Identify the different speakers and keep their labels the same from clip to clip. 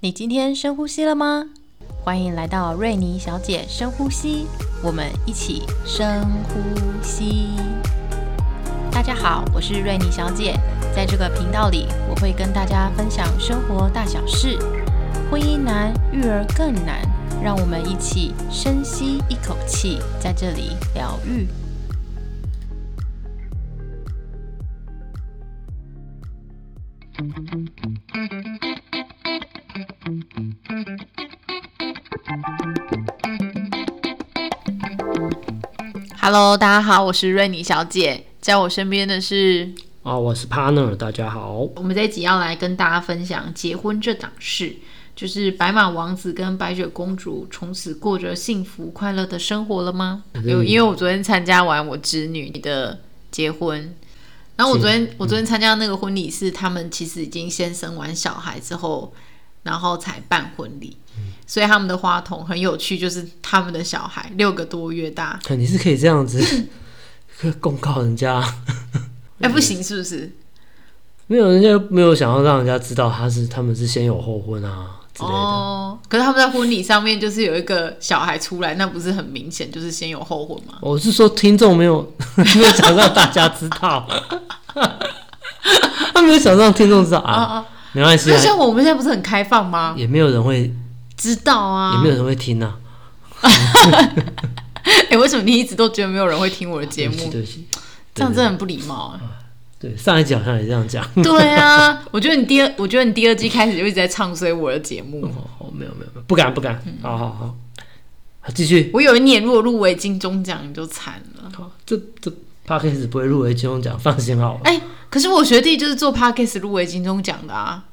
Speaker 1: 你今天深呼吸了吗？欢迎来到瑞尼小姐深呼吸，我们一起深呼吸。大家好，我是瑞尼小姐，在这个频道里，我会跟大家分享生活大小事，婚姻难，育儿更难，让我们一起深吸一口气，在这里疗愈。Hello，大家好，我是瑞妮小姐，在我身边的是，
Speaker 2: 啊，我是 partner，大家好。
Speaker 1: 我们这一集要来跟大家分享结婚这档事，就是白马王子跟白雪公主从此过着幸福快乐的生活了吗？有，因为我昨天参加完我侄女的结婚，然后我昨天我昨天参加那个婚礼是他们其实已经先生完小孩之后，然后才办婚礼。所以他们的花童很有趣，就是他们的小孩六个多月大，
Speaker 2: 肯哎定是可以这样子 公告人家，
Speaker 1: 哎、不行是不是？
Speaker 2: 没有人家没有想要让人家知道他是他们是先有后婚啊之类的。
Speaker 1: 哦，可是他们在婚礼上面就是有一个小孩出来，那不是很明显，就是先有后婚吗？
Speaker 2: 我是说听众没有 没有想让大家知 道，他没有想让听众知道
Speaker 1: 啊
Speaker 2: 啊，
Speaker 1: 啊！
Speaker 2: 没关系
Speaker 1: 那
Speaker 2: 啊，
Speaker 1: 像我们现在不是很开放吗？
Speaker 2: 也没有人会，
Speaker 1: 知道
Speaker 2: 也
Speaker 1: 啊
Speaker 2: 没。有人会听啊。
Speaker 1: 哎、为什么你一直都觉得没有人会听我的节目
Speaker 2: 对不？起，对不起，
Speaker 1: 这样真的很不礼 貌啊！
Speaker 2: 对，上一集好像也这样讲。
Speaker 1: 对啊，我觉得你第二，我觉得你第二季开始就一直在唱衰我的节目。
Speaker 2: 哦，没有没有没有，不敢不敢，好好好，好继续。
Speaker 1: 我有一年如果入围金钟奖，你就惨了。
Speaker 2: 好，这这 p a c k a g e 不会入围金钟奖，放心好了。
Speaker 1: 哎、可是我学弟就是做 podcast 入围金钟奖的啊，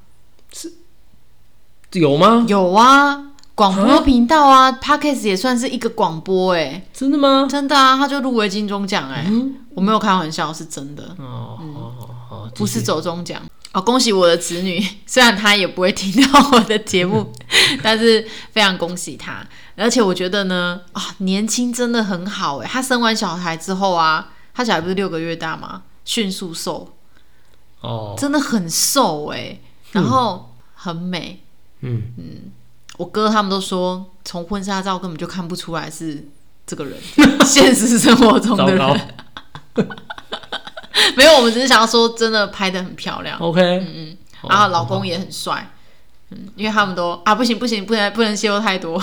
Speaker 2: 有吗？
Speaker 1: 有啊，广播频道啊，podcast 也算是一个广播哎、
Speaker 2: 真的吗？
Speaker 1: 真的啊，他就入围金钟奖哎，
Speaker 2: 嗯
Speaker 1: 我没有开玩笑，是真的，
Speaker 2: 哦，好好好，
Speaker 1: 不是走中奖。哦，恭喜我的侄女， 虽然她也不会听到我的节 目，但是非常恭喜她。而且我觉得呢，啊、年轻真的很好哎。她生完小孩之后啊，她小孩不是六个月大吗？迅速瘦，
Speaker 2: 哦，
Speaker 1: 真的很瘦哎，然后很美。
Speaker 2: 嗯，
Speaker 1: 我哥他们都说，从婚纱照根本就看不出来是这 个人，现实生活中
Speaker 2: 糟
Speaker 1: 的人
Speaker 2: 糕。
Speaker 1: 没有，我们只是想要说，真的拍的很漂亮，
Speaker 2: ，OK，嗯
Speaker 1: 然后老公也很帅。嗯，因为他们都啊，不行不行，不能不能泄露太多。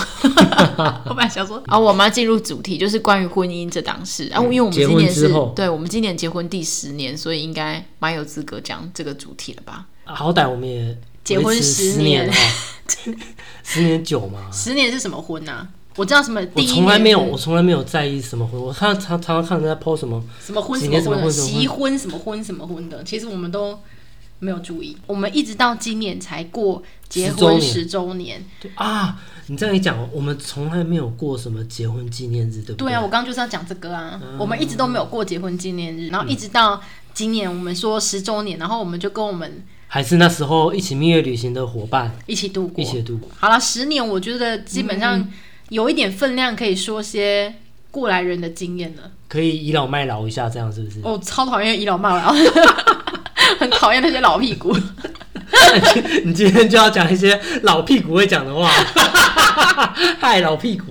Speaker 1: 我本来想 说啊，我们要进入主题，就是关于婚姻这档事。啊，因为我们
Speaker 2: 结
Speaker 1: 今
Speaker 2: 婚
Speaker 1: 年
Speaker 2: 之
Speaker 1: 是
Speaker 2: 后
Speaker 1: 对，我们今年结婚第十年，所以应该蛮有资格讲这个主题了吧？
Speaker 2: 好歹我们也
Speaker 1: 结婚
Speaker 2: 维持
Speaker 1: 十
Speaker 2: 十
Speaker 1: 年
Speaker 2: 啊， 十年久嘛。
Speaker 1: 十年是什么婚啊？我知道什么第
Speaker 2: 我
Speaker 1: 一年
Speaker 2: 从来没有，我从来没有在意什么婚。我看常常常看人家 PO 什么，
Speaker 3: 什么婚
Speaker 2: 几
Speaker 3: 什
Speaker 2: 年
Speaker 3: 么
Speaker 2: 什么
Speaker 3: 婚的，
Speaker 2: 婚什么婚
Speaker 3: 习婚什么婚什么婚的，其实我们都没有注意。我们一直到今年才过结婚
Speaker 2: 10
Speaker 3: 十周年。
Speaker 2: 对啊，你这样一讲，我们从来没有过什么结婚纪念日，对不
Speaker 3: 对啊，我刚刚就是要讲这个啊，我们一直都没有过结婚纪念日，然后一直到今年我们说十周年，然后我们就跟我们
Speaker 2: 还是那时候一起蜜月旅行的伙伴
Speaker 3: 一起度过
Speaker 2: 一。起度过。
Speaker 3: 好了，十年我觉得基本上有一点分量，可以说些。过来人的经验了，
Speaker 2: 可以倚老卖老一下，这样是不是？
Speaker 3: 哦，超讨厌倚老卖老， 很讨厌那些老屁股。
Speaker 2: 你今天就要讲一些老屁股会讲的话， 嗨，老屁股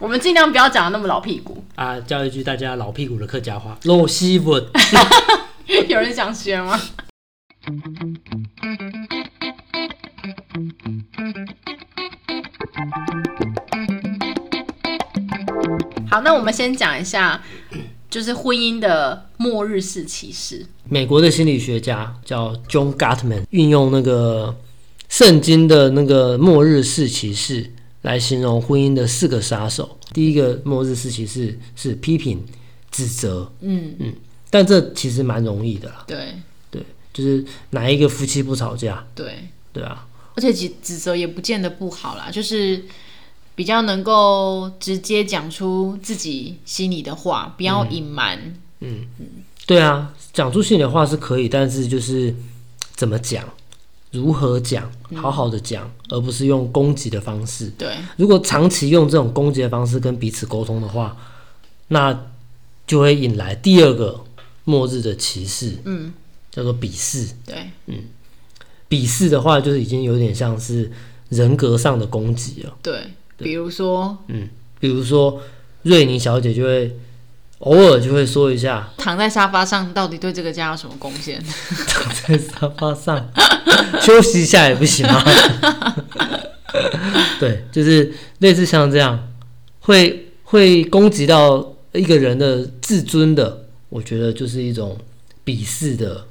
Speaker 3: 我们尽量不要讲的那么老屁股，
Speaker 2: 啊！教一句大家老屁股的客家话，老西文。
Speaker 3: 有人想学吗？好，那我们先讲一下，就是婚姻的末日式歧视。
Speaker 2: 美国的心理学家叫 John Gottman，运用那个圣经的那个末日四骑士来形容婚姻的四个杀手。第一个末日四骑士是批评、指责，
Speaker 1: 嗯，
Speaker 2: 但这其实蛮容易的啦。
Speaker 1: 对
Speaker 2: 对，就是哪一个夫妻不吵架，
Speaker 1: 对，
Speaker 2: 对啊，
Speaker 1: 而且指指责也不见得不好啦，就是比较能够直接讲出自己心里的话，不要隐瞒。
Speaker 2: 对啊，讲出心里话是可以，但是就是怎么讲，如何讲，好好的讲，而不是用攻击的方式。
Speaker 1: 对，
Speaker 2: 如果长期用这种攻击的方式跟彼此沟通的话，那就会引来第二个末日的歧视，
Speaker 1: 嗯，
Speaker 2: 叫做鄙视。
Speaker 1: 对，
Speaker 2: 鄙视的话，就是已经有点像是人格上的攻击了。
Speaker 1: 对，比如说
Speaker 2: 比如说，瑞妮小姐就会偶尔就会说一下
Speaker 1: 躺在沙发上到底对这个家有什么贡献？
Speaker 2: 躺在沙发上 休息一下也不行吗？啊 对，就是类似像这样，会会攻击到一个人的自尊的，我觉得就是一种鄙视的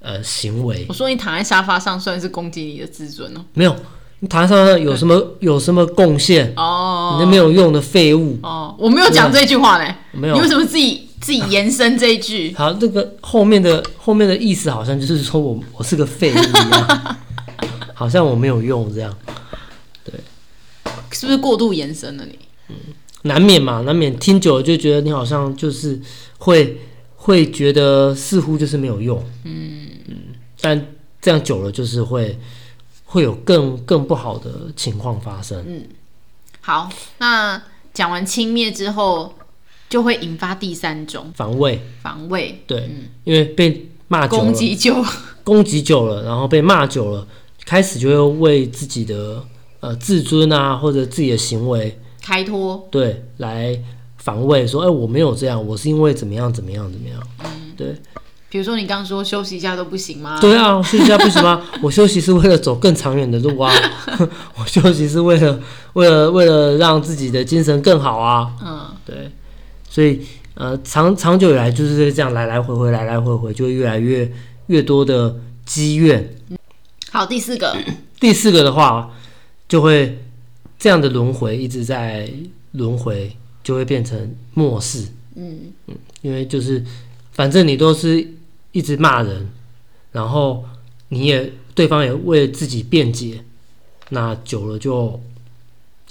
Speaker 2: 呃行为
Speaker 1: 我。说你躺在沙发上算是攻击你的自尊哦。
Speaker 2: 没有，你谈上有什么有什么贡献？
Speaker 1: 哦
Speaker 2: 你那没有用的废物，
Speaker 1: 哦，我没有讲这句话呢，
Speaker 2: 没有
Speaker 1: 你为什么自己自己延伸这一句？
Speaker 2: 好，这个后面的后面的意思好像就是说我我是个废物一样，好像我没有用这样，
Speaker 1: 是不是过度延伸了你？
Speaker 2: 难免嘛，难免听久了就觉得你好像就是会会觉得似乎就是没有用，嗯但这样久了就是会会有更更不好的情况发生，
Speaker 1: 嗯好，那讲完轻蔑之后，就会引发第三种
Speaker 2: 防卫
Speaker 1: 防卫、
Speaker 2: 对，因为被骂久了
Speaker 1: 嗯攻击就
Speaker 2: 攻击久了，然后被骂久了，开始就会为自己的呃自尊啊或者自己的行为。
Speaker 1: 开脱。
Speaker 2: 对，来防卫说，哎、我没有这样，我是因为怎么样怎么样怎么样。对，
Speaker 1: 比如说你刚刚说休息一下都不行吗？
Speaker 2: 对啊，休息一下不行吗？我休息是为了走更长远的路啊， 我休息是为了为了为了让自己的精神更好啊。
Speaker 1: 嗯，
Speaker 2: 对，所以呃，长长久以来就是这样来来回回，来来回回，就会越来越越多的积怨。
Speaker 1: 好，第四个
Speaker 2: 第四个的话，就会这样的轮回一直在轮回，就会变成漠视。
Speaker 1: 嗯，
Speaker 2: 因为就是反正你都是一直骂人，然后你也对方也为自己辩解，那久了就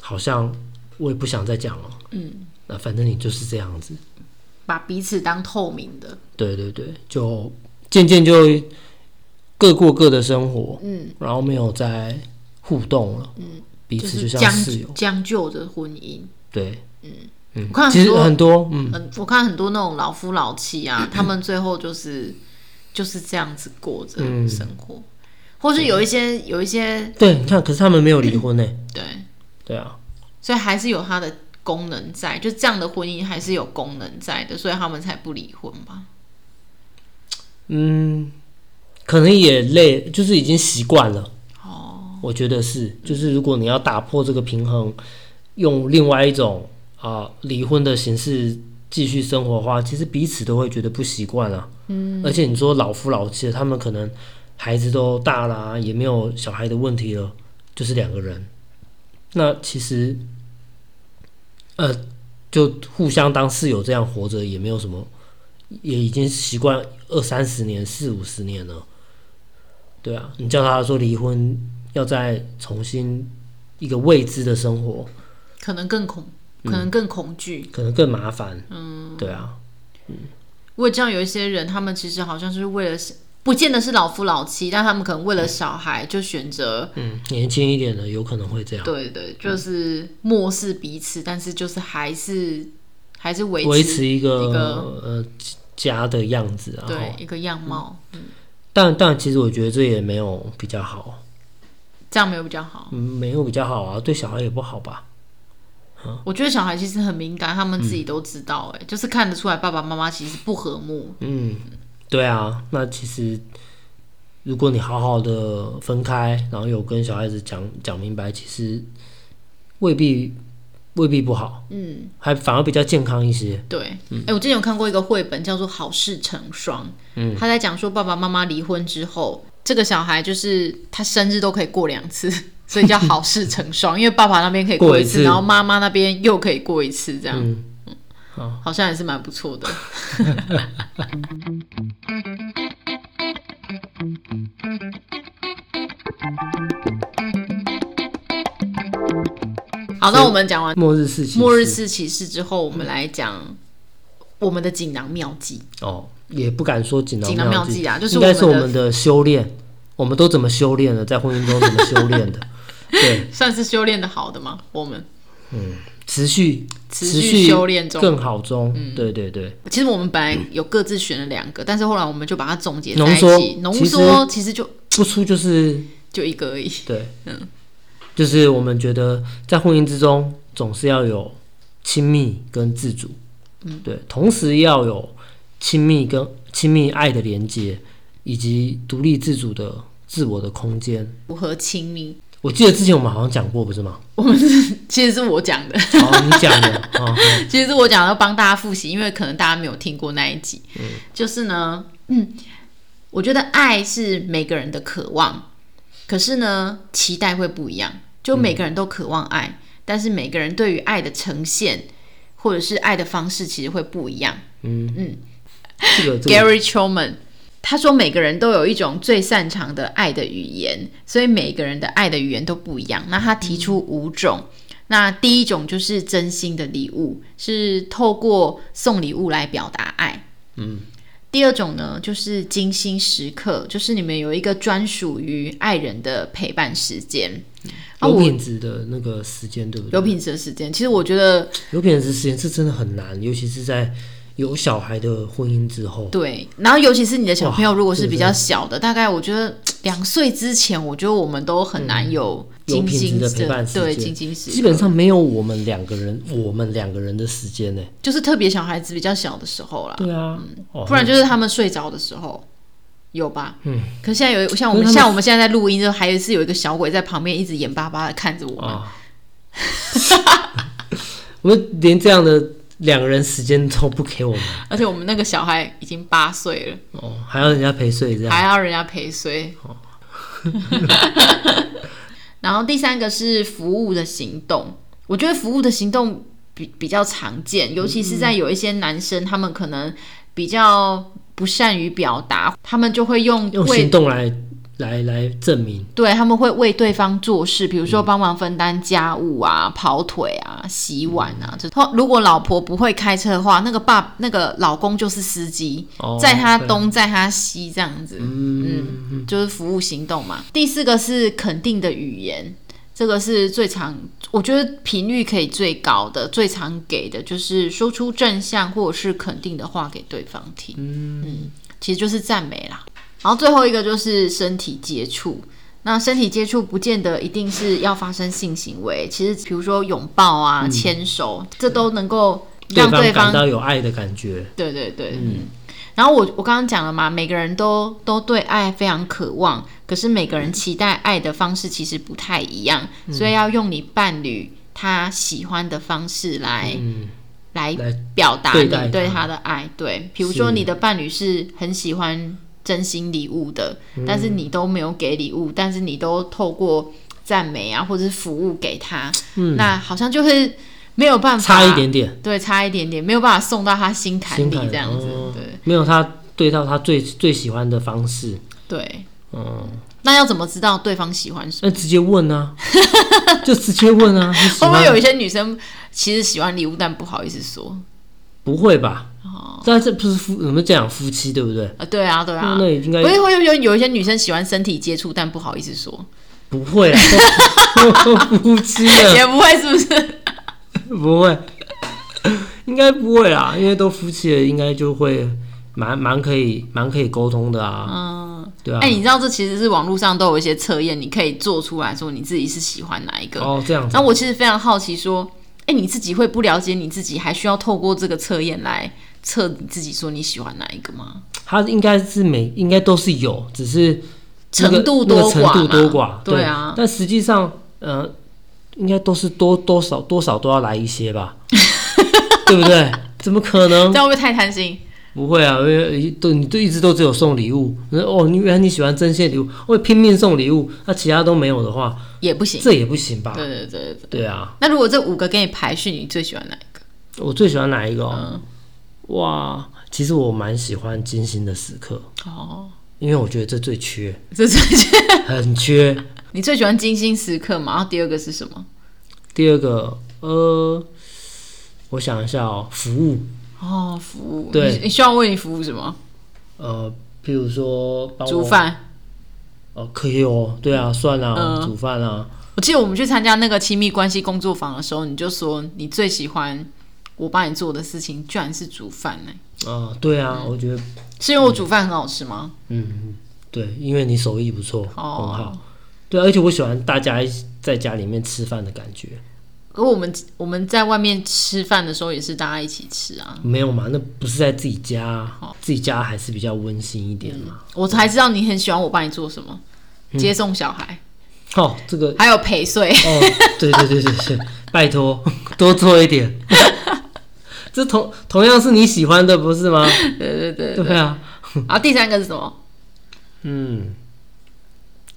Speaker 2: 好像我也不想再讲了，
Speaker 1: 嗯，
Speaker 2: 那反正你就是这样子，
Speaker 1: 把彼此当透明的，
Speaker 2: 对对对，就渐渐就各过各的生活，
Speaker 1: 嗯，
Speaker 2: 然后没有再互动了，嗯，彼
Speaker 1: 就
Speaker 2: 此
Speaker 1: 是
Speaker 2: 像
Speaker 1: 将
Speaker 2: 室友，
Speaker 1: 将就着婚姻。
Speaker 2: 对，嗯
Speaker 1: 我看
Speaker 2: 其
Speaker 1: 很
Speaker 2: 实
Speaker 1: 多
Speaker 2: 很多，嗯，
Speaker 1: 嗯，我看很多那种老夫老妻 啊，他们最后就是就是这样子过着
Speaker 2: 嗯
Speaker 1: 生活，或是有一些有一些
Speaker 2: 对，你看，可是他们没有离婚呢、
Speaker 1: 对，
Speaker 2: 对啊，
Speaker 1: 所以还是有它的功能在，就这样的婚姻还是有功能在的，所以他们才不离婚吧。
Speaker 2: 嗯，可能也累，就是已经习惯了。
Speaker 1: 哦，
Speaker 2: 我觉得是，就是如果你要打破这个平衡，用另外一种啊、离婚的形式继续生活的话，其实彼此都会觉得不习惯啊。嗯，而且你说老夫老妻了，他们可能孩子都大啦、也没有小孩的问题了，就是两个人。那其实，呃，就互相当室友这样活着也没有什么，也已经习惯二三十年、四五十年了。对啊，你叫他说离婚，要再重新一个未知的生活，
Speaker 1: 可能更恐，
Speaker 2: 嗯
Speaker 1: 可能更恐惧。
Speaker 2: 可能更麻烦。嗯，对啊，
Speaker 1: 我也知道有一些人，他们其实好像是为了，不见得是老夫老妻，但他们可能为了小孩就选择，
Speaker 2: 嗯，年轻一点的有可能会这样，
Speaker 1: 对对，就是漠视彼此，但是就是还是还是维
Speaker 2: 维持一
Speaker 1: 一
Speaker 2: 个
Speaker 1: 个
Speaker 2: 呃家的样子啊。
Speaker 1: 对一个样貌，
Speaker 2: 但但其实我觉得这也没有比较好，
Speaker 1: 这样没有比较好。
Speaker 2: 嗯没有比较好啊，对小孩也不好吧？
Speaker 1: 我觉得小孩其实很敏感，他们自己都知道、哎、就是看得出来爸爸妈妈其实不和睦。
Speaker 2: 嗯，对啊，那其实。如果你好好的分开，然后有跟小孩子讲讲明白，其实未必未必不好，
Speaker 1: 嗯，
Speaker 2: 还反而比较健康一些。
Speaker 1: 对，哎、我之前有看过一个绘本叫做《好事成双》，嗯，他在讲说爸爸妈妈离婚之后，这个小孩就是他生日都可以过两次，所以叫好事成双，因为爸爸那边可以
Speaker 2: 过
Speaker 1: 过
Speaker 2: 一
Speaker 1: 一次，
Speaker 2: 次
Speaker 1: 然后妈妈那边又可以过一次，这样，
Speaker 2: 嗯
Speaker 1: 好像也是蛮不错 的。好，那我们讲完
Speaker 2: 末日四骑
Speaker 1: 末日
Speaker 2: 士
Speaker 1: 四骑士之后，我们来讲我们的锦囊妙计。
Speaker 2: 哦，也不敢说锦囊
Speaker 1: 锦囊妙
Speaker 2: 计
Speaker 1: 计啊就是
Speaker 2: 应该
Speaker 1: 我们
Speaker 2: 是我
Speaker 1: 的
Speaker 2: 们的修炼，我们都怎么修 炼的，在婚姻中怎么修炼的，对，
Speaker 1: 算是修炼的好的吗？我们
Speaker 2: 持续
Speaker 1: 持
Speaker 2: 持
Speaker 1: 续修炼中嗯
Speaker 2: 更好中，对对对，
Speaker 1: 其实我们本来有各自选了两个，但是后来我们就把它总结在
Speaker 2: 浓
Speaker 1: 一
Speaker 2: 缩
Speaker 1: 起，浓
Speaker 2: 其实
Speaker 1: 缩其实就
Speaker 2: 不出就是
Speaker 1: 就一个而已。
Speaker 2: 对，嗯，就是我们觉得在婚姻之中总是要有亲密跟自主，嗯，对，同时要有亲密跟亲密爱的连接，以及独立自主的自我的空间。
Speaker 1: 如何亲密？
Speaker 2: 我记得之前我们好像讲过，不 是吗？
Speaker 1: 其实是我讲的，
Speaker 2: 哦，你讲的啊，哦
Speaker 1: 其实是我讲的，要帮大家复习，因为可能大家没有听过那一集。就是呢，嗯，我觉得爱是每个人的渴望，可是呢，期待会不一样。就每个人都渴望爱，但是每个人对于爱的呈现或者是爱的方式，其实会不一样。
Speaker 2: 这个这个
Speaker 1: Gary Chapman，他说每个人都有一种最擅长的爱的语言，所以每个人的爱的语言都不一样。那他提出五种。那第一种就是真心的礼物，是透过送礼物来表达爱。嗯，第二种呢，就是精心时刻，就是你们有一个专属于爱人的陪伴时间。啊，
Speaker 2: 有
Speaker 1: 我
Speaker 2: 品质的那个时间，对不对
Speaker 1: 有？品质的时间，其实我觉得
Speaker 2: 有品质的时间是真的很难，尤其是在有小孩的婚姻之后。
Speaker 1: 对，然后尤其是你的小朋友，
Speaker 2: 哇
Speaker 1: 如果是
Speaker 2: 对
Speaker 1: 比
Speaker 2: 对
Speaker 1: 较小的，大概我觉得两岁之前，我觉得我们都很难有
Speaker 2: 嗯有
Speaker 1: 精
Speaker 2: 品
Speaker 1: 心
Speaker 2: 质的陪伴时间，
Speaker 1: 对精心时刻，
Speaker 2: 基本上没有我们两个人，我们两个人的时间呢。
Speaker 1: 就是特别小孩子比较小的时候啦，
Speaker 2: 对啊，哦
Speaker 1: 不然就是他们睡着的时候。有吧？嗯，可现在有像我
Speaker 2: 可
Speaker 1: 们
Speaker 2: 是他们
Speaker 1: 像我们现在在录音，就还是有一个小鬼在旁边一直眼巴巴的看着我们。
Speaker 2: 啊，我们连这样的两个人时间都不给我们
Speaker 1: 而且我们那个小孩已经八岁了，
Speaker 2: 哦，还要人家陪睡这样。哦
Speaker 1: 还要人家陪睡。 然后第三个是服务的行动，我觉得服务的行动比比较常见，尤其是在有一些男生，他们可能比较不善于表达，他们就会用
Speaker 2: 用
Speaker 1: 为
Speaker 2: 行动来来来证明，
Speaker 1: 对他们会为对方做事，比如说帮忙分担家务啊、跑腿啊、洗碗啊。这如果老婆不会开车的话，那个爸那个老公就是司机，
Speaker 2: 哦
Speaker 1: 在他
Speaker 2: 对
Speaker 1: 东在他西这样子，嗯，就是服务行动嘛。第四个是肯定的语言。这个是最常，我觉得频率可以最高的、最常给的，就是说出正向或者是肯定的话给对方听。嗯其实就是赞美啦。然后最后一个就是身体接触。那身体接触不见得一定是要发生性行为，其实比如说拥抱啊、牵、手，这都能够让
Speaker 2: 方
Speaker 1: 对方
Speaker 2: 感到有爱的感觉。
Speaker 1: 对对对，嗯。然后我我刚刚讲了嘛，每个人都都对爱非常渴望，可是每
Speaker 2: 嗯
Speaker 1: 个人期待爱的方式其实不太一样，所以要用你伴侣他喜欢的方式来、
Speaker 2: 嗯
Speaker 1: 来
Speaker 2: 来
Speaker 1: 表达
Speaker 2: 对
Speaker 1: 你
Speaker 2: 待
Speaker 1: 对
Speaker 2: 他
Speaker 1: 他的爱。对，比如说
Speaker 2: 是
Speaker 1: 你的伴侣是很喜欢真心礼物的，
Speaker 2: 嗯
Speaker 1: 但是你都没有给礼物，但是你都透过赞美啊或者是服务给他，那好像就是没有办法
Speaker 2: 嗯差一点点，
Speaker 1: 对，差一点点，没有办法送到他心坎
Speaker 2: 心
Speaker 1: 里
Speaker 2: 坎
Speaker 1: 这样子。
Speaker 2: 哦
Speaker 1: 对
Speaker 2: 没有他对到他最最喜欢的方式，
Speaker 1: 对，
Speaker 2: 嗯，
Speaker 1: 那要怎么知道对方喜欢什么？
Speaker 2: 那直接 问啊，就直接问啊，你喜
Speaker 1: 会不
Speaker 2: 欢
Speaker 1: 哦会有一些女生其实喜欢礼物，但不好意思说？
Speaker 2: 不会吧？
Speaker 1: 哦
Speaker 2: 但这不是夫，我们讲夫妻对不对？
Speaker 1: 啊，对啊，对
Speaker 2: 那
Speaker 1: 啊。
Speaker 2: 那应该
Speaker 1: 不是会有有有一些女生喜欢身体接触，但不好意思说，
Speaker 2: 不会啊啦，夫妻 的
Speaker 1: 也不会是不是？
Speaker 2: 不会，应该不会啦，因为都夫妻了，应该就会蛮蛮可以蛮可以沟通的啊，
Speaker 1: 嗯，
Speaker 2: 对啊
Speaker 1: 哎、。你知道这其实是网络上都有一些测验，你可以做出来说你自己是喜欢哪一个。
Speaker 2: 哦，这样子
Speaker 1: 那，我其实非常好奇，说，哎、你自己会不了解你自己，还需要透过这个测验来测你自己，说你喜欢哪一个吗？
Speaker 2: 他应该是每应该都是有，只是那个
Speaker 1: 程度多寡
Speaker 2: 那
Speaker 1: 嘛
Speaker 2: 个程度多寡，
Speaker 1: 对啊
Speaker 2: 但实际上，呃，应该都是多多少多少都要来一 些吧，对不对？怎么可能
Speaker 1: 这？样会不会太贪心？
Speaker 2: 不会啊，因为都你都一直都只有送礼物，哦，你原来你喜欢针线礼物，会拼命送礼物，那、其他都没有的话，
Speaker 1: 也不行。
Speaker 2: 这也不行吧？
Speaker 1: 对对对对对。
Speaker 2: 对啊，
Speaker 1: 那如果这五个给你排序，你最喜欢哪一个？
Speaker 2: 我最喜欢哪一个、哦？
Speaker 1: 嗯，
Speaker 2: 哇，其实我蛮喜欢金星的时刻，
Speaker 1: 哦，
Speaker 2: 因为我觉得这最缺，
Speaker 1: 这最
Speaker 2: 很缺。
Speaker 1: 你最喜欢金星时刻嘛？然后第二个是什么？
Speaker 2: 第二个，呃，我想一下哦，服务，
Speaker 1: 哦，服务。
Speaker 2: 对
Speaker 1: 你你需要为你服务什么？
Speaker 2: 呃，譬如说帮我呃
Speaker 1: 煮，饭。
Speaker 2: 哦，可以哦，对啊，算啊，
Speaker 1: 嗯
Speaker 2: 煮饭啊，
Speaker 1: 我记得我们去参加那个亲密关系工作坊的时候，你就说你最喜欢我帮你做的事情，居然是煮饭呢、
Speaker 2: 啊，对啊，
Speaker 1: 嗯
Speaker 2: 我觉得，
Speaker 1: 是因为我煮饭很好吃吗？
Speaker 2: 嗯，对，因为你手艺不错，
Speaker 1: 哦
Speaker 2: 很好。对，啊而且我喜欢大家一起在家里面吃饭的感觉。
Speaker 1: 可我们我们在外面吃饭的时候也是大家一起吃啊。
Speaker 2: 没有嘛，那不是在自己家啊，自己家还是比较温馨一点嘛。
Speaker 1: 我才知道你很喜欢我帮你做什么，
Speaker 2: 嗯
Speaker 1: 接送小孩，
Speaker 2: 哦，这个，
Speaker 1: 还有陪睡。
Speaker 2: 哦，对对对对对，拜托多做一点。 这同同样是你喜欢的，不是吗？
Speaker 1: 对对对。
Speaker 2: 对啊，
Speaker 1: 然后第三个是什么？
Speaker 2: 嗯，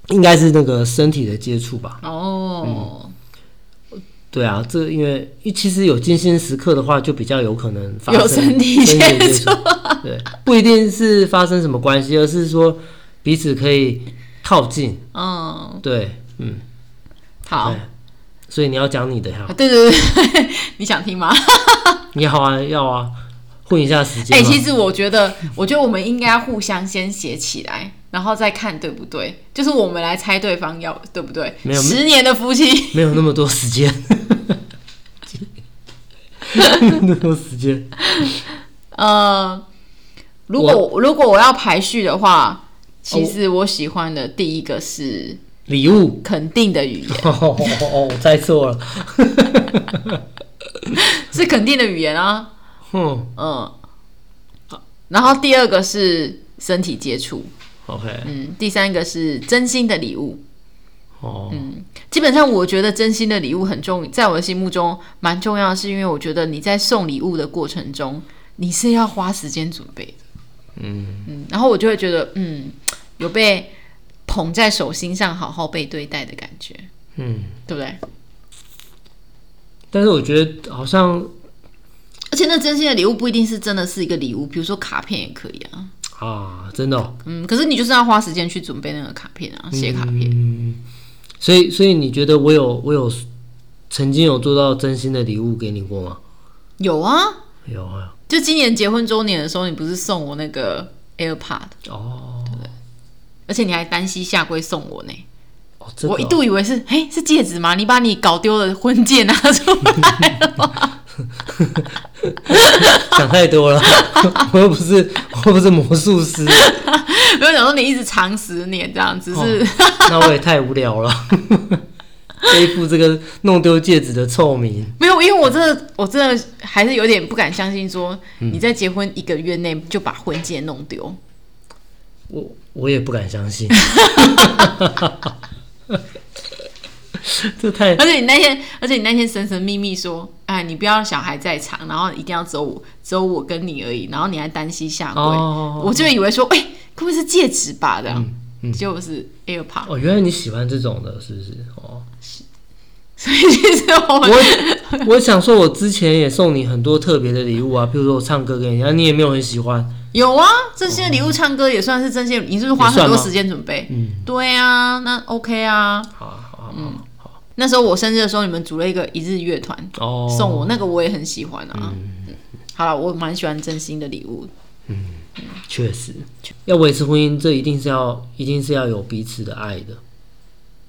Speaker 2: 应该是那个身体的接触吧。
Speaker 1: 哦，
Speaker 2: 对啊，这因为其实有精心时刻的话，就比较有可能嗯发生
Speaker 1: 有身体
Speaker 2: 身体的
Speaker 1: 接
Speaker 2: 接
Speaker 1: 触
Speaker 2: 触。 对，不一定是发生什么关系，而是说彼此可以靠近。
Speaker 1: 嗯，
Speaker 2: 对，嗯，
Speaker 1: 好
Speaker 2: 对，。所以你要讲你的哈，
Speaker 1: 对对对对， 你想听吗？
Speaker 2: 你好啊，要啊，混一下时间
Speaker 1: 哎、
Speaker 2: 嘛。
Speaker 1: 其实我觉得，我觉得我们应该互相先写起来，然后再看对不对，就是我们来猜对方要对不对。
Speaker 2: 没有
Speaker 1: 十年的夫妻，
Speaker 2: 没有那么多时间，没有那么多时间。
Speaker 1: 呃，如果如果我要排序的
Speaker 2: 哦
Speaker 1: 话，其实我喜欢的第一个是
Speaker 2: 礼物，
Speaker 1: 肯定的语言，
Speaker 2: 哦哦哦哦，我猜错了。
Speaker 1: 是肯定的语言啊，
Speaker 2: 嗯
Speaker 1: 嗯。然后第二个是身体接触，
Speaker 2: ，OK，
Speaker 1: 嗯，第三个是真心的礼物，
Speaker 2: 哦，
Speaker 1: 嗯基本上，我觉得真心的礼物很重，在我的心目中蛮重要，是因为我觉得你在送礼物的过程中，你是要花时间准备的。嗯嗯，然后我就会觉得，嗯，有被捧在手心上，好好被对待的感觉，
Speaker 2: 嗯，
Speaker 1: 对不对？
Speaker 2: 但是我觉得好像
Speaker 1: 而且那真心的礼物不一定是真的是一个礼物，比如说卡片也可以啊。
Speaker 2: 啊，真的、哦，
Speaker 1: 嗯，可是你就是要花时间去准备那个卡片啊，写卡
Speaker 2: 嗯
Speaker 1: 片。
Speaker 2: 所以所以你觉得我有我有曾经有做到真心的礼物给你过吗？
Speaker 1: 有啊，
Speaker 2: 有啊，
Speaker 1: 就今年结婚周年的时候，你不是送我那个 AirPod，
Speaker 2: 哦，
Speaker 1: 而且你还单膝下跪送我呢。
Speaker 2: 哦，这个
Speaker 1: 我一
Speaker 2: 哦、
Speaker 1: 度以为是，哎、是戒指吗？你把你搞丢的婚戒拿出来了 吗？
Speaker 2: 想太多了， 我又不是我又不是魔术师，
Speaker 1: 没有想说你一直藏十年这样，只是、
Speaker 2: 那我也太无聊了，背负这个弄丢戒指的臭名。
Speaker 1: 没有，因为我真的，我真的还是有点不敢相信说，你在结婚一个月内就把婚戒弄丢。
Speaker 2: 我我也不敢相信， 这太
Speaker 1: 而且你那天，而且你那天神神秘秘说，哎，你不要小孩在场，然后一定要只有我，只有我跟你而已，然后你还单膝下跪，
Speaker 2: 哦
Speaker 1: 我就以为说，哎、会不会是戒指吧？这样，结果是 AirPod，
Speaker 2: 哦，原来你喜欢这种的，是不是？哦，
Speaker 1: 所以其实我们
Speaker 2: 我我想说，我之前也送你很多特别的礼物啊，比如说我唱歌给你，啊，你也没有很喜欢。
Speaker 1: 有啊，真心的礼物唱歌也算是真心的，你是不是花很多时间准备？
Speaker 2: 嗯，
Speaker 1: 对啊，那 OK 啊。
Speaker 2: 好啊好啊好啊
Speaker 1: 那时候我生日的时候，你们组了一个一日乐团、
Speaker 2: 哦，
Speaker 1: 送我，那个我也很喜欢啊。嗯好了，我蛮喜欢真心的礼物。
Speaker 2: 确实，要维持婚姻，这一定是要，一定是要有彼此的爱的，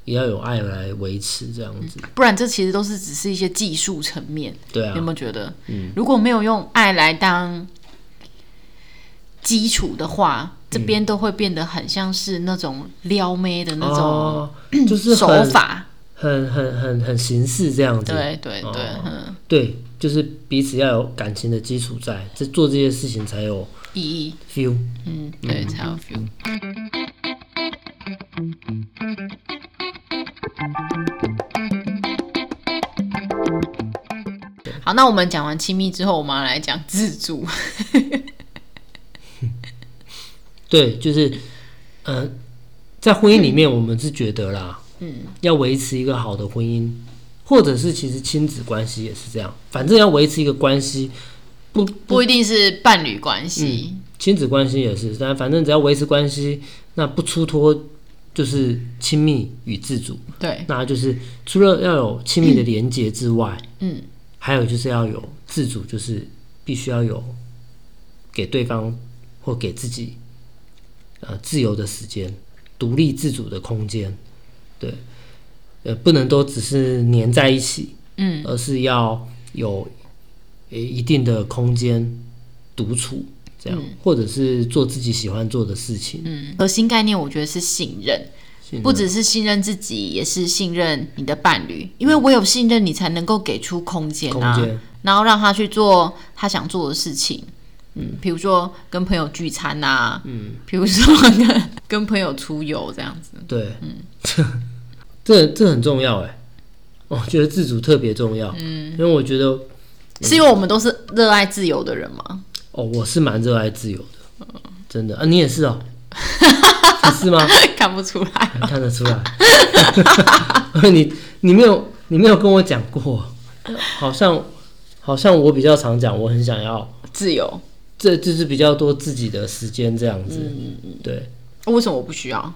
Speaker 2: 也要有爱来维持这样子。
Speaker 1: 不然这其实都是只是一些技术层面，
Speaker 2: 对
Speaker 1: 嗯你有
Speaker 2: 啊
Speaker 1: 没，有觉得？如果没有用爱来当基础的话，这边都会变得很像是那种撩妹的那种
Speaker 2: 哦、就是
Speaker 1: 手
Speaker 2: 很
Speaker 1: 法。
Speaker 2: 很很很很形式这样子。
Speaker 1: 对对对，
Speaker 2: 哦
Speaker 1: 嗯，
Speaker 2: 对，就是彼此要有感情的基础在，这做这些事情才有
Speaker 1: 意义。
Speaker 2: feel。
Speaker 1: 嗯，对，才有 feel。好，那我们讲完亲密之后，我们要来讲自助。
Speaker 2: 嗯对，就是，呃，在婚姻里面，我们是觉得啦，
Speaker 1: 嗯，
Speaker 2: 要维持一个好的婚姻，或者是其实亲子关系也是这样，反正要维持一个关系，不
Speaker 1: 不一定是伴侣关系，
Speaker 2: 亲子关系也是，但反正只要维持关系，那不出脱就是亲密与自主。
Speaker 1: 对，
Speaker 2: 那就是除了要有亲密的连接之外，
Speaker 1: 嗯，
Speaker 2: 还有就是要有自主，就是必须要有给对方或给自己呃自由的时间、独立自主的空间。对，呃，不能都只是粘在一起，
Speaker 1: 嗯，
Speaker 2: 而是要有呃一定的空间独处，这样，或者是做自己喜欢做的事情。
Speaker 1: 嗯，核心概念我觉得是信任，
Speaker 2: 信
Speaker 1: 嗯不只是信任自己，也是信任你的伴侣，因为唯有信任你才能够给出空间
Speaker 2: 空
Speaker 1: 啊，
Speaker 2: 间，
Speaker 1: 然后让他去做他想做的事情。嗯，比如说跟朋友聚餐啊，嗯，比如说跟跟朋友出游这样子，
Speaker 2: 对， 这这很重要哎，我觉得自主特别重要，嗯，因为我觉得
Speaker 1: 是因为我们都是热爱自由的人吗？
Speaker 2: 哦，我是蛮热爱自由的，真的啊，你也是哦，你是吗？
Speaker 1: 看不出来，
Speaker 2: 看得出来，你你没有你没有跟我讲过，好像好像我比较常讲，我很想要，
Speaker 1: 自由
Speaker 2: 这就是比较多自己的时间这样子，对，
Speaker 1: 为什么我不需要？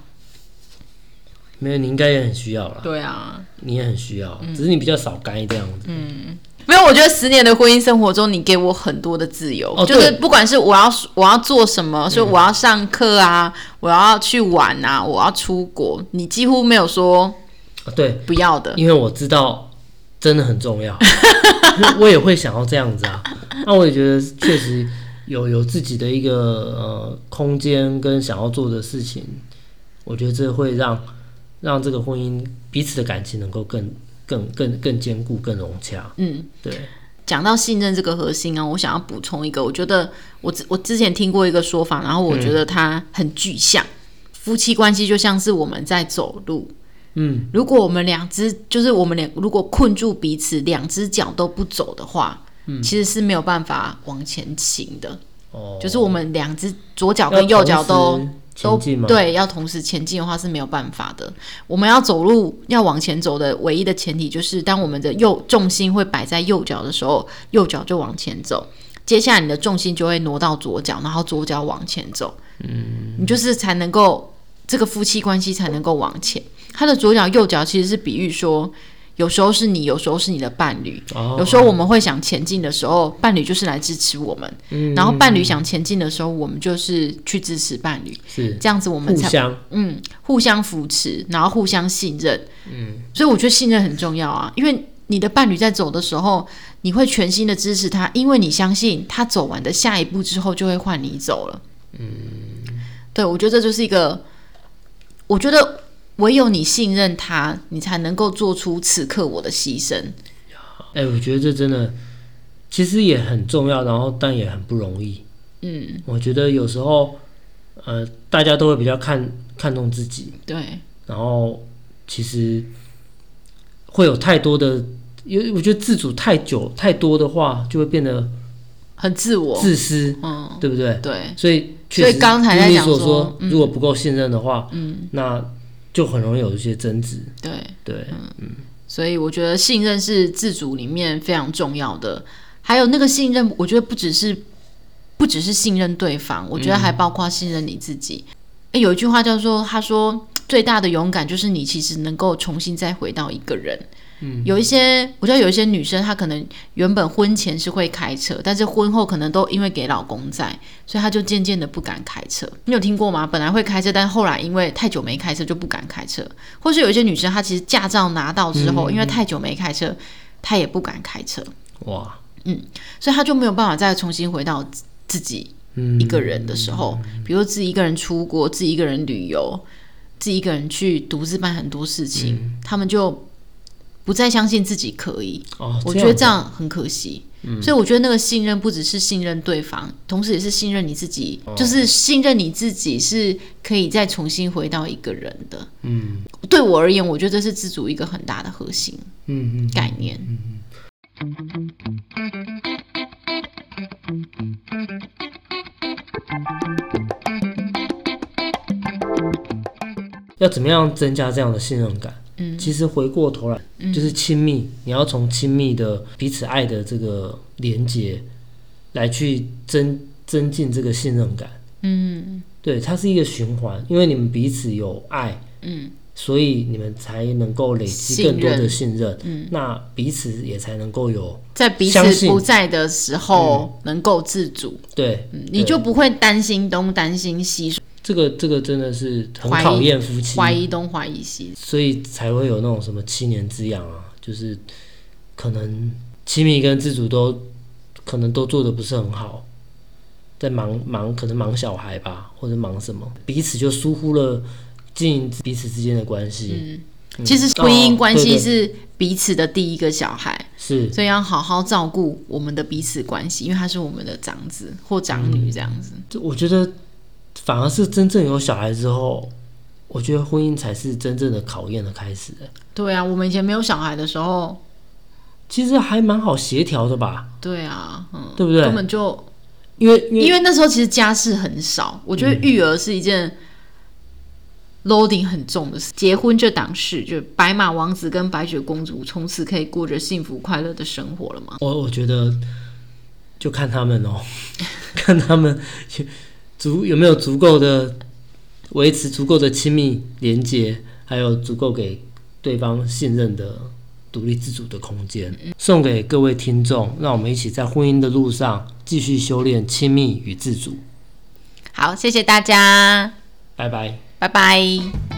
Speaker 2: 没有你应该也很需要啦，
Speaker 1: 对啊，
Speaker 2: 你也很需要，只是你比较少该这样子，
Speaker 1: 没有，我觉得十年的婚姻生活中，你给我很多的自由，
Speaker 2: 哦
Speaker 1: 就是
Speaker 2: 对嗯
Speaker 1: 不管是我要我要做什么，所以我要上课啊，我要去玩啊，我要出国，你几乎没有说
Speaker 2: 啊对，
Speaker 1: 不要的。
Speaker 2: 因为我知道真的很重要， 因为我也会想要这样子啊。那我也觉得确实有有自己的一个呃空间跟想要做的事情，我觉得这会让让这个婚姻彼此的感情能够更更更更坚固、更融洽。
Speaker 1: 嗯，
Speaker 2: 对，
Speaker 1: 讲到信任这个核心啊，我想要补充一个，我觉得我之我之前听过一个说法，然后我觉
Speaker 2: 嗯
Speaker 1: 得它很具象，夫妻关系就像是我们在走路，
Speaker 2: 嗯，
Speaker 1: 如果我们两只就是我们两如果困住彼此，两只脚都不走的话，
Speaker 2: 嗯
Speaker 1: 其实是没有办法往前行的。
Speaker 2: 哦，
Speaker 1: 就是我们两只左脚跟右脚都
Speaker 2: 要
Speaker 1: 都
Speaker 2: 同时前进吗？，
Speaker 1: 对，要同时前进的话是没有办法的。我们要走路要往前走的唯一的前提就是，当我们的右重心会摆在右脚的时候，右脚就往前走。接下来你的重心就会挪到左脚，然后左脚往前走。嗯，你就是才能够这个夫妻关系才能够往前。他的左脚右脚其实是比喻说，有时候是你，有时候是你的伴侣，
Speaker 2: 哦，
Speaker 1: 有时候我们会想前进的时候，伴侣就是来支持我们；然后伴侣想前进的时候，我们就是去支持伴侣。
Speaker 2: 是
Speaker 1: 这样子我们
Speaker 2: 互
Speaker 1: 才
Speaker 2: 相
Speaker 1: 嗯互相扶持，然后互相信任。嗯，所以我觉得信任很重要啊，因为你的伴侣在走的时候，你会全心的支持他，因为你相信他走完的下一步之后就会换你走了。嗯，对，我觉得这就是一个，我觉得唯有你信任他，你才能够做出此刻我的牺牲。
Speaker 2: 哎、我觉得这真的其实也很重要，然后但也很不容易。
Speaker 1: 嗯，
Speaker 2: 我觉得有时候，呃，大家都会比较看看重自己，
Speaker 1: 对，
Speaker 2: 然后其实会有太多的，因为我觉得自主太久太多的话，就会变得
Speaker 1: 很自我。
Speaker 2: 自私，
Speaker 1: 嗯，
Speaker 2: 对不对？
Speaker 1: 对，
Speaker 2: 所以确
Speaker 1: 所
Speaker 2: 实，
Speaker 1: 以刚才在
Speaker 2: 如你
Speaker 1: 讲
Speaker 2: 所
Speaker 1: 说嗯
Speaker 2: 说，如果不够信任的话，嗯，那就很容易有一些争执，
Speaker 1: 对。
Speaker 2: 对，
Speaker 1: 嗯所以我觉得信任是自主里面非常重要的。还有那个信任，我觉得不只是不只是信任对方，我觉得还包括信任你自己。诶，有一句话叫做，他说最大的勇敢就是你其实能够重新再回到一个人。嗯，有一些我觉得有一些女生，她可能原本婚前是会开车，但是婚后可能都因为给老公在，所以她就渐渐的不敢开车。你有听过吗？本来会开车，但后来因为太久没开车就不敢开车。或是有一些女生，她其实驾照拿到之后，因为太久没开车，她也不敢开车，
Speaker 2: 哇，
Speaker 1: 所以她就没有办法再重新回到自自己
Speaker 2: 嗯
Speaker 1: 一个人的时候，比如自己一个人出国，自己一个人旅游，自己一个人去独自办很多事情，他们就不再相信自己可以。
Speaker 2: 哦，
Speaker 1: 我觉得
Speaker 2: 子嗯
Speaker 1: 这样很可惜。所以我觉得那个信任不只是信任对方，同时也是信任你自己，
Speaker 2: 哦
Speaker 1: 就是信任你自己是可以再重新回到一个人的。嗯，对我而言，我觉得这是自主一个很大的核心
Speaker 2: 嗯嗯，
Speaker 1: 概念。
Speaker 2: 要怎么样增加这样的信任感？
Speaker 1: 嗯，
Speaker 2: 其实回过头来，就是亲密，你要从亲密的彼此爱的这个连接，来去增增进这个信任感。
Speaker 1: 嗯
Speaker 2: 对，它是一个循环，因为你们彼此有爱，
Speaker 1: 嗯，
Speaker 2: 所以你们才能够累积更多的信任。嗯，那彼此也才能够有
Speaker 1: 在彼
Speaker 2: 相
Speaker 1: 此
Speaker 2: 信嗯
Speaker 1: 不在的时候能够自主，
Speaker 2: 对，
Speaker 1: 嗯你就不会担心东担心西。
Speaker 2: 这个这个真的是很考验夫妻，
Speaker 1: 怀疑东怀疑西，
Speaker 2: 所以才会有那种什么七年之痒啊，就是可能七米跟自主都可能都做的不是很好，在忙忙可能忙小孩吧，或者忙什么，彼此就疏忽了经营彼此之间的关系。
Speaker 1: 嗯，其实婚
Speaker 2: 哦
Speaker 1: 姻关系是彼此的第一个小孩，
Speaker 2: 是
Speaker 1: 所以要好好照顾我们的彼此关系，因为他是我们的长子或长女这样子。
Speaker 2: 这我觉得反而是真正有小孩之后，我觉得婚姻才是真正的考验的开始。
Speaker 1: 对啊，我们以前没有小孩的时候，
Speaker 2: 其实还蛮好协调的吧，
Speaker 1: 对啊，嗯，
Speaker 2: 对不对
Speaker 1: 根本就
Speaker 2: 因为因为
Speaker 1: 因为那时候其实家事很少，我觉得育儿是一件 loading 很重的事。结婚这档事，就白马王子跟白雪公主从此可以过着幸福快乐的生活了吗？
Speaker 2: 我我觉得就看他们哦， 看他们有足有没有足够的维持足够的亲密连接，还有足够给对方信任的独立自主的空间。送给各位听众，让我们一起在婚姻的路上继续修炼亲密与自主。
Speaker 1: 好，谢谢大家，
Speaker 2: 拜拜。
Speaker 1: 拜拜。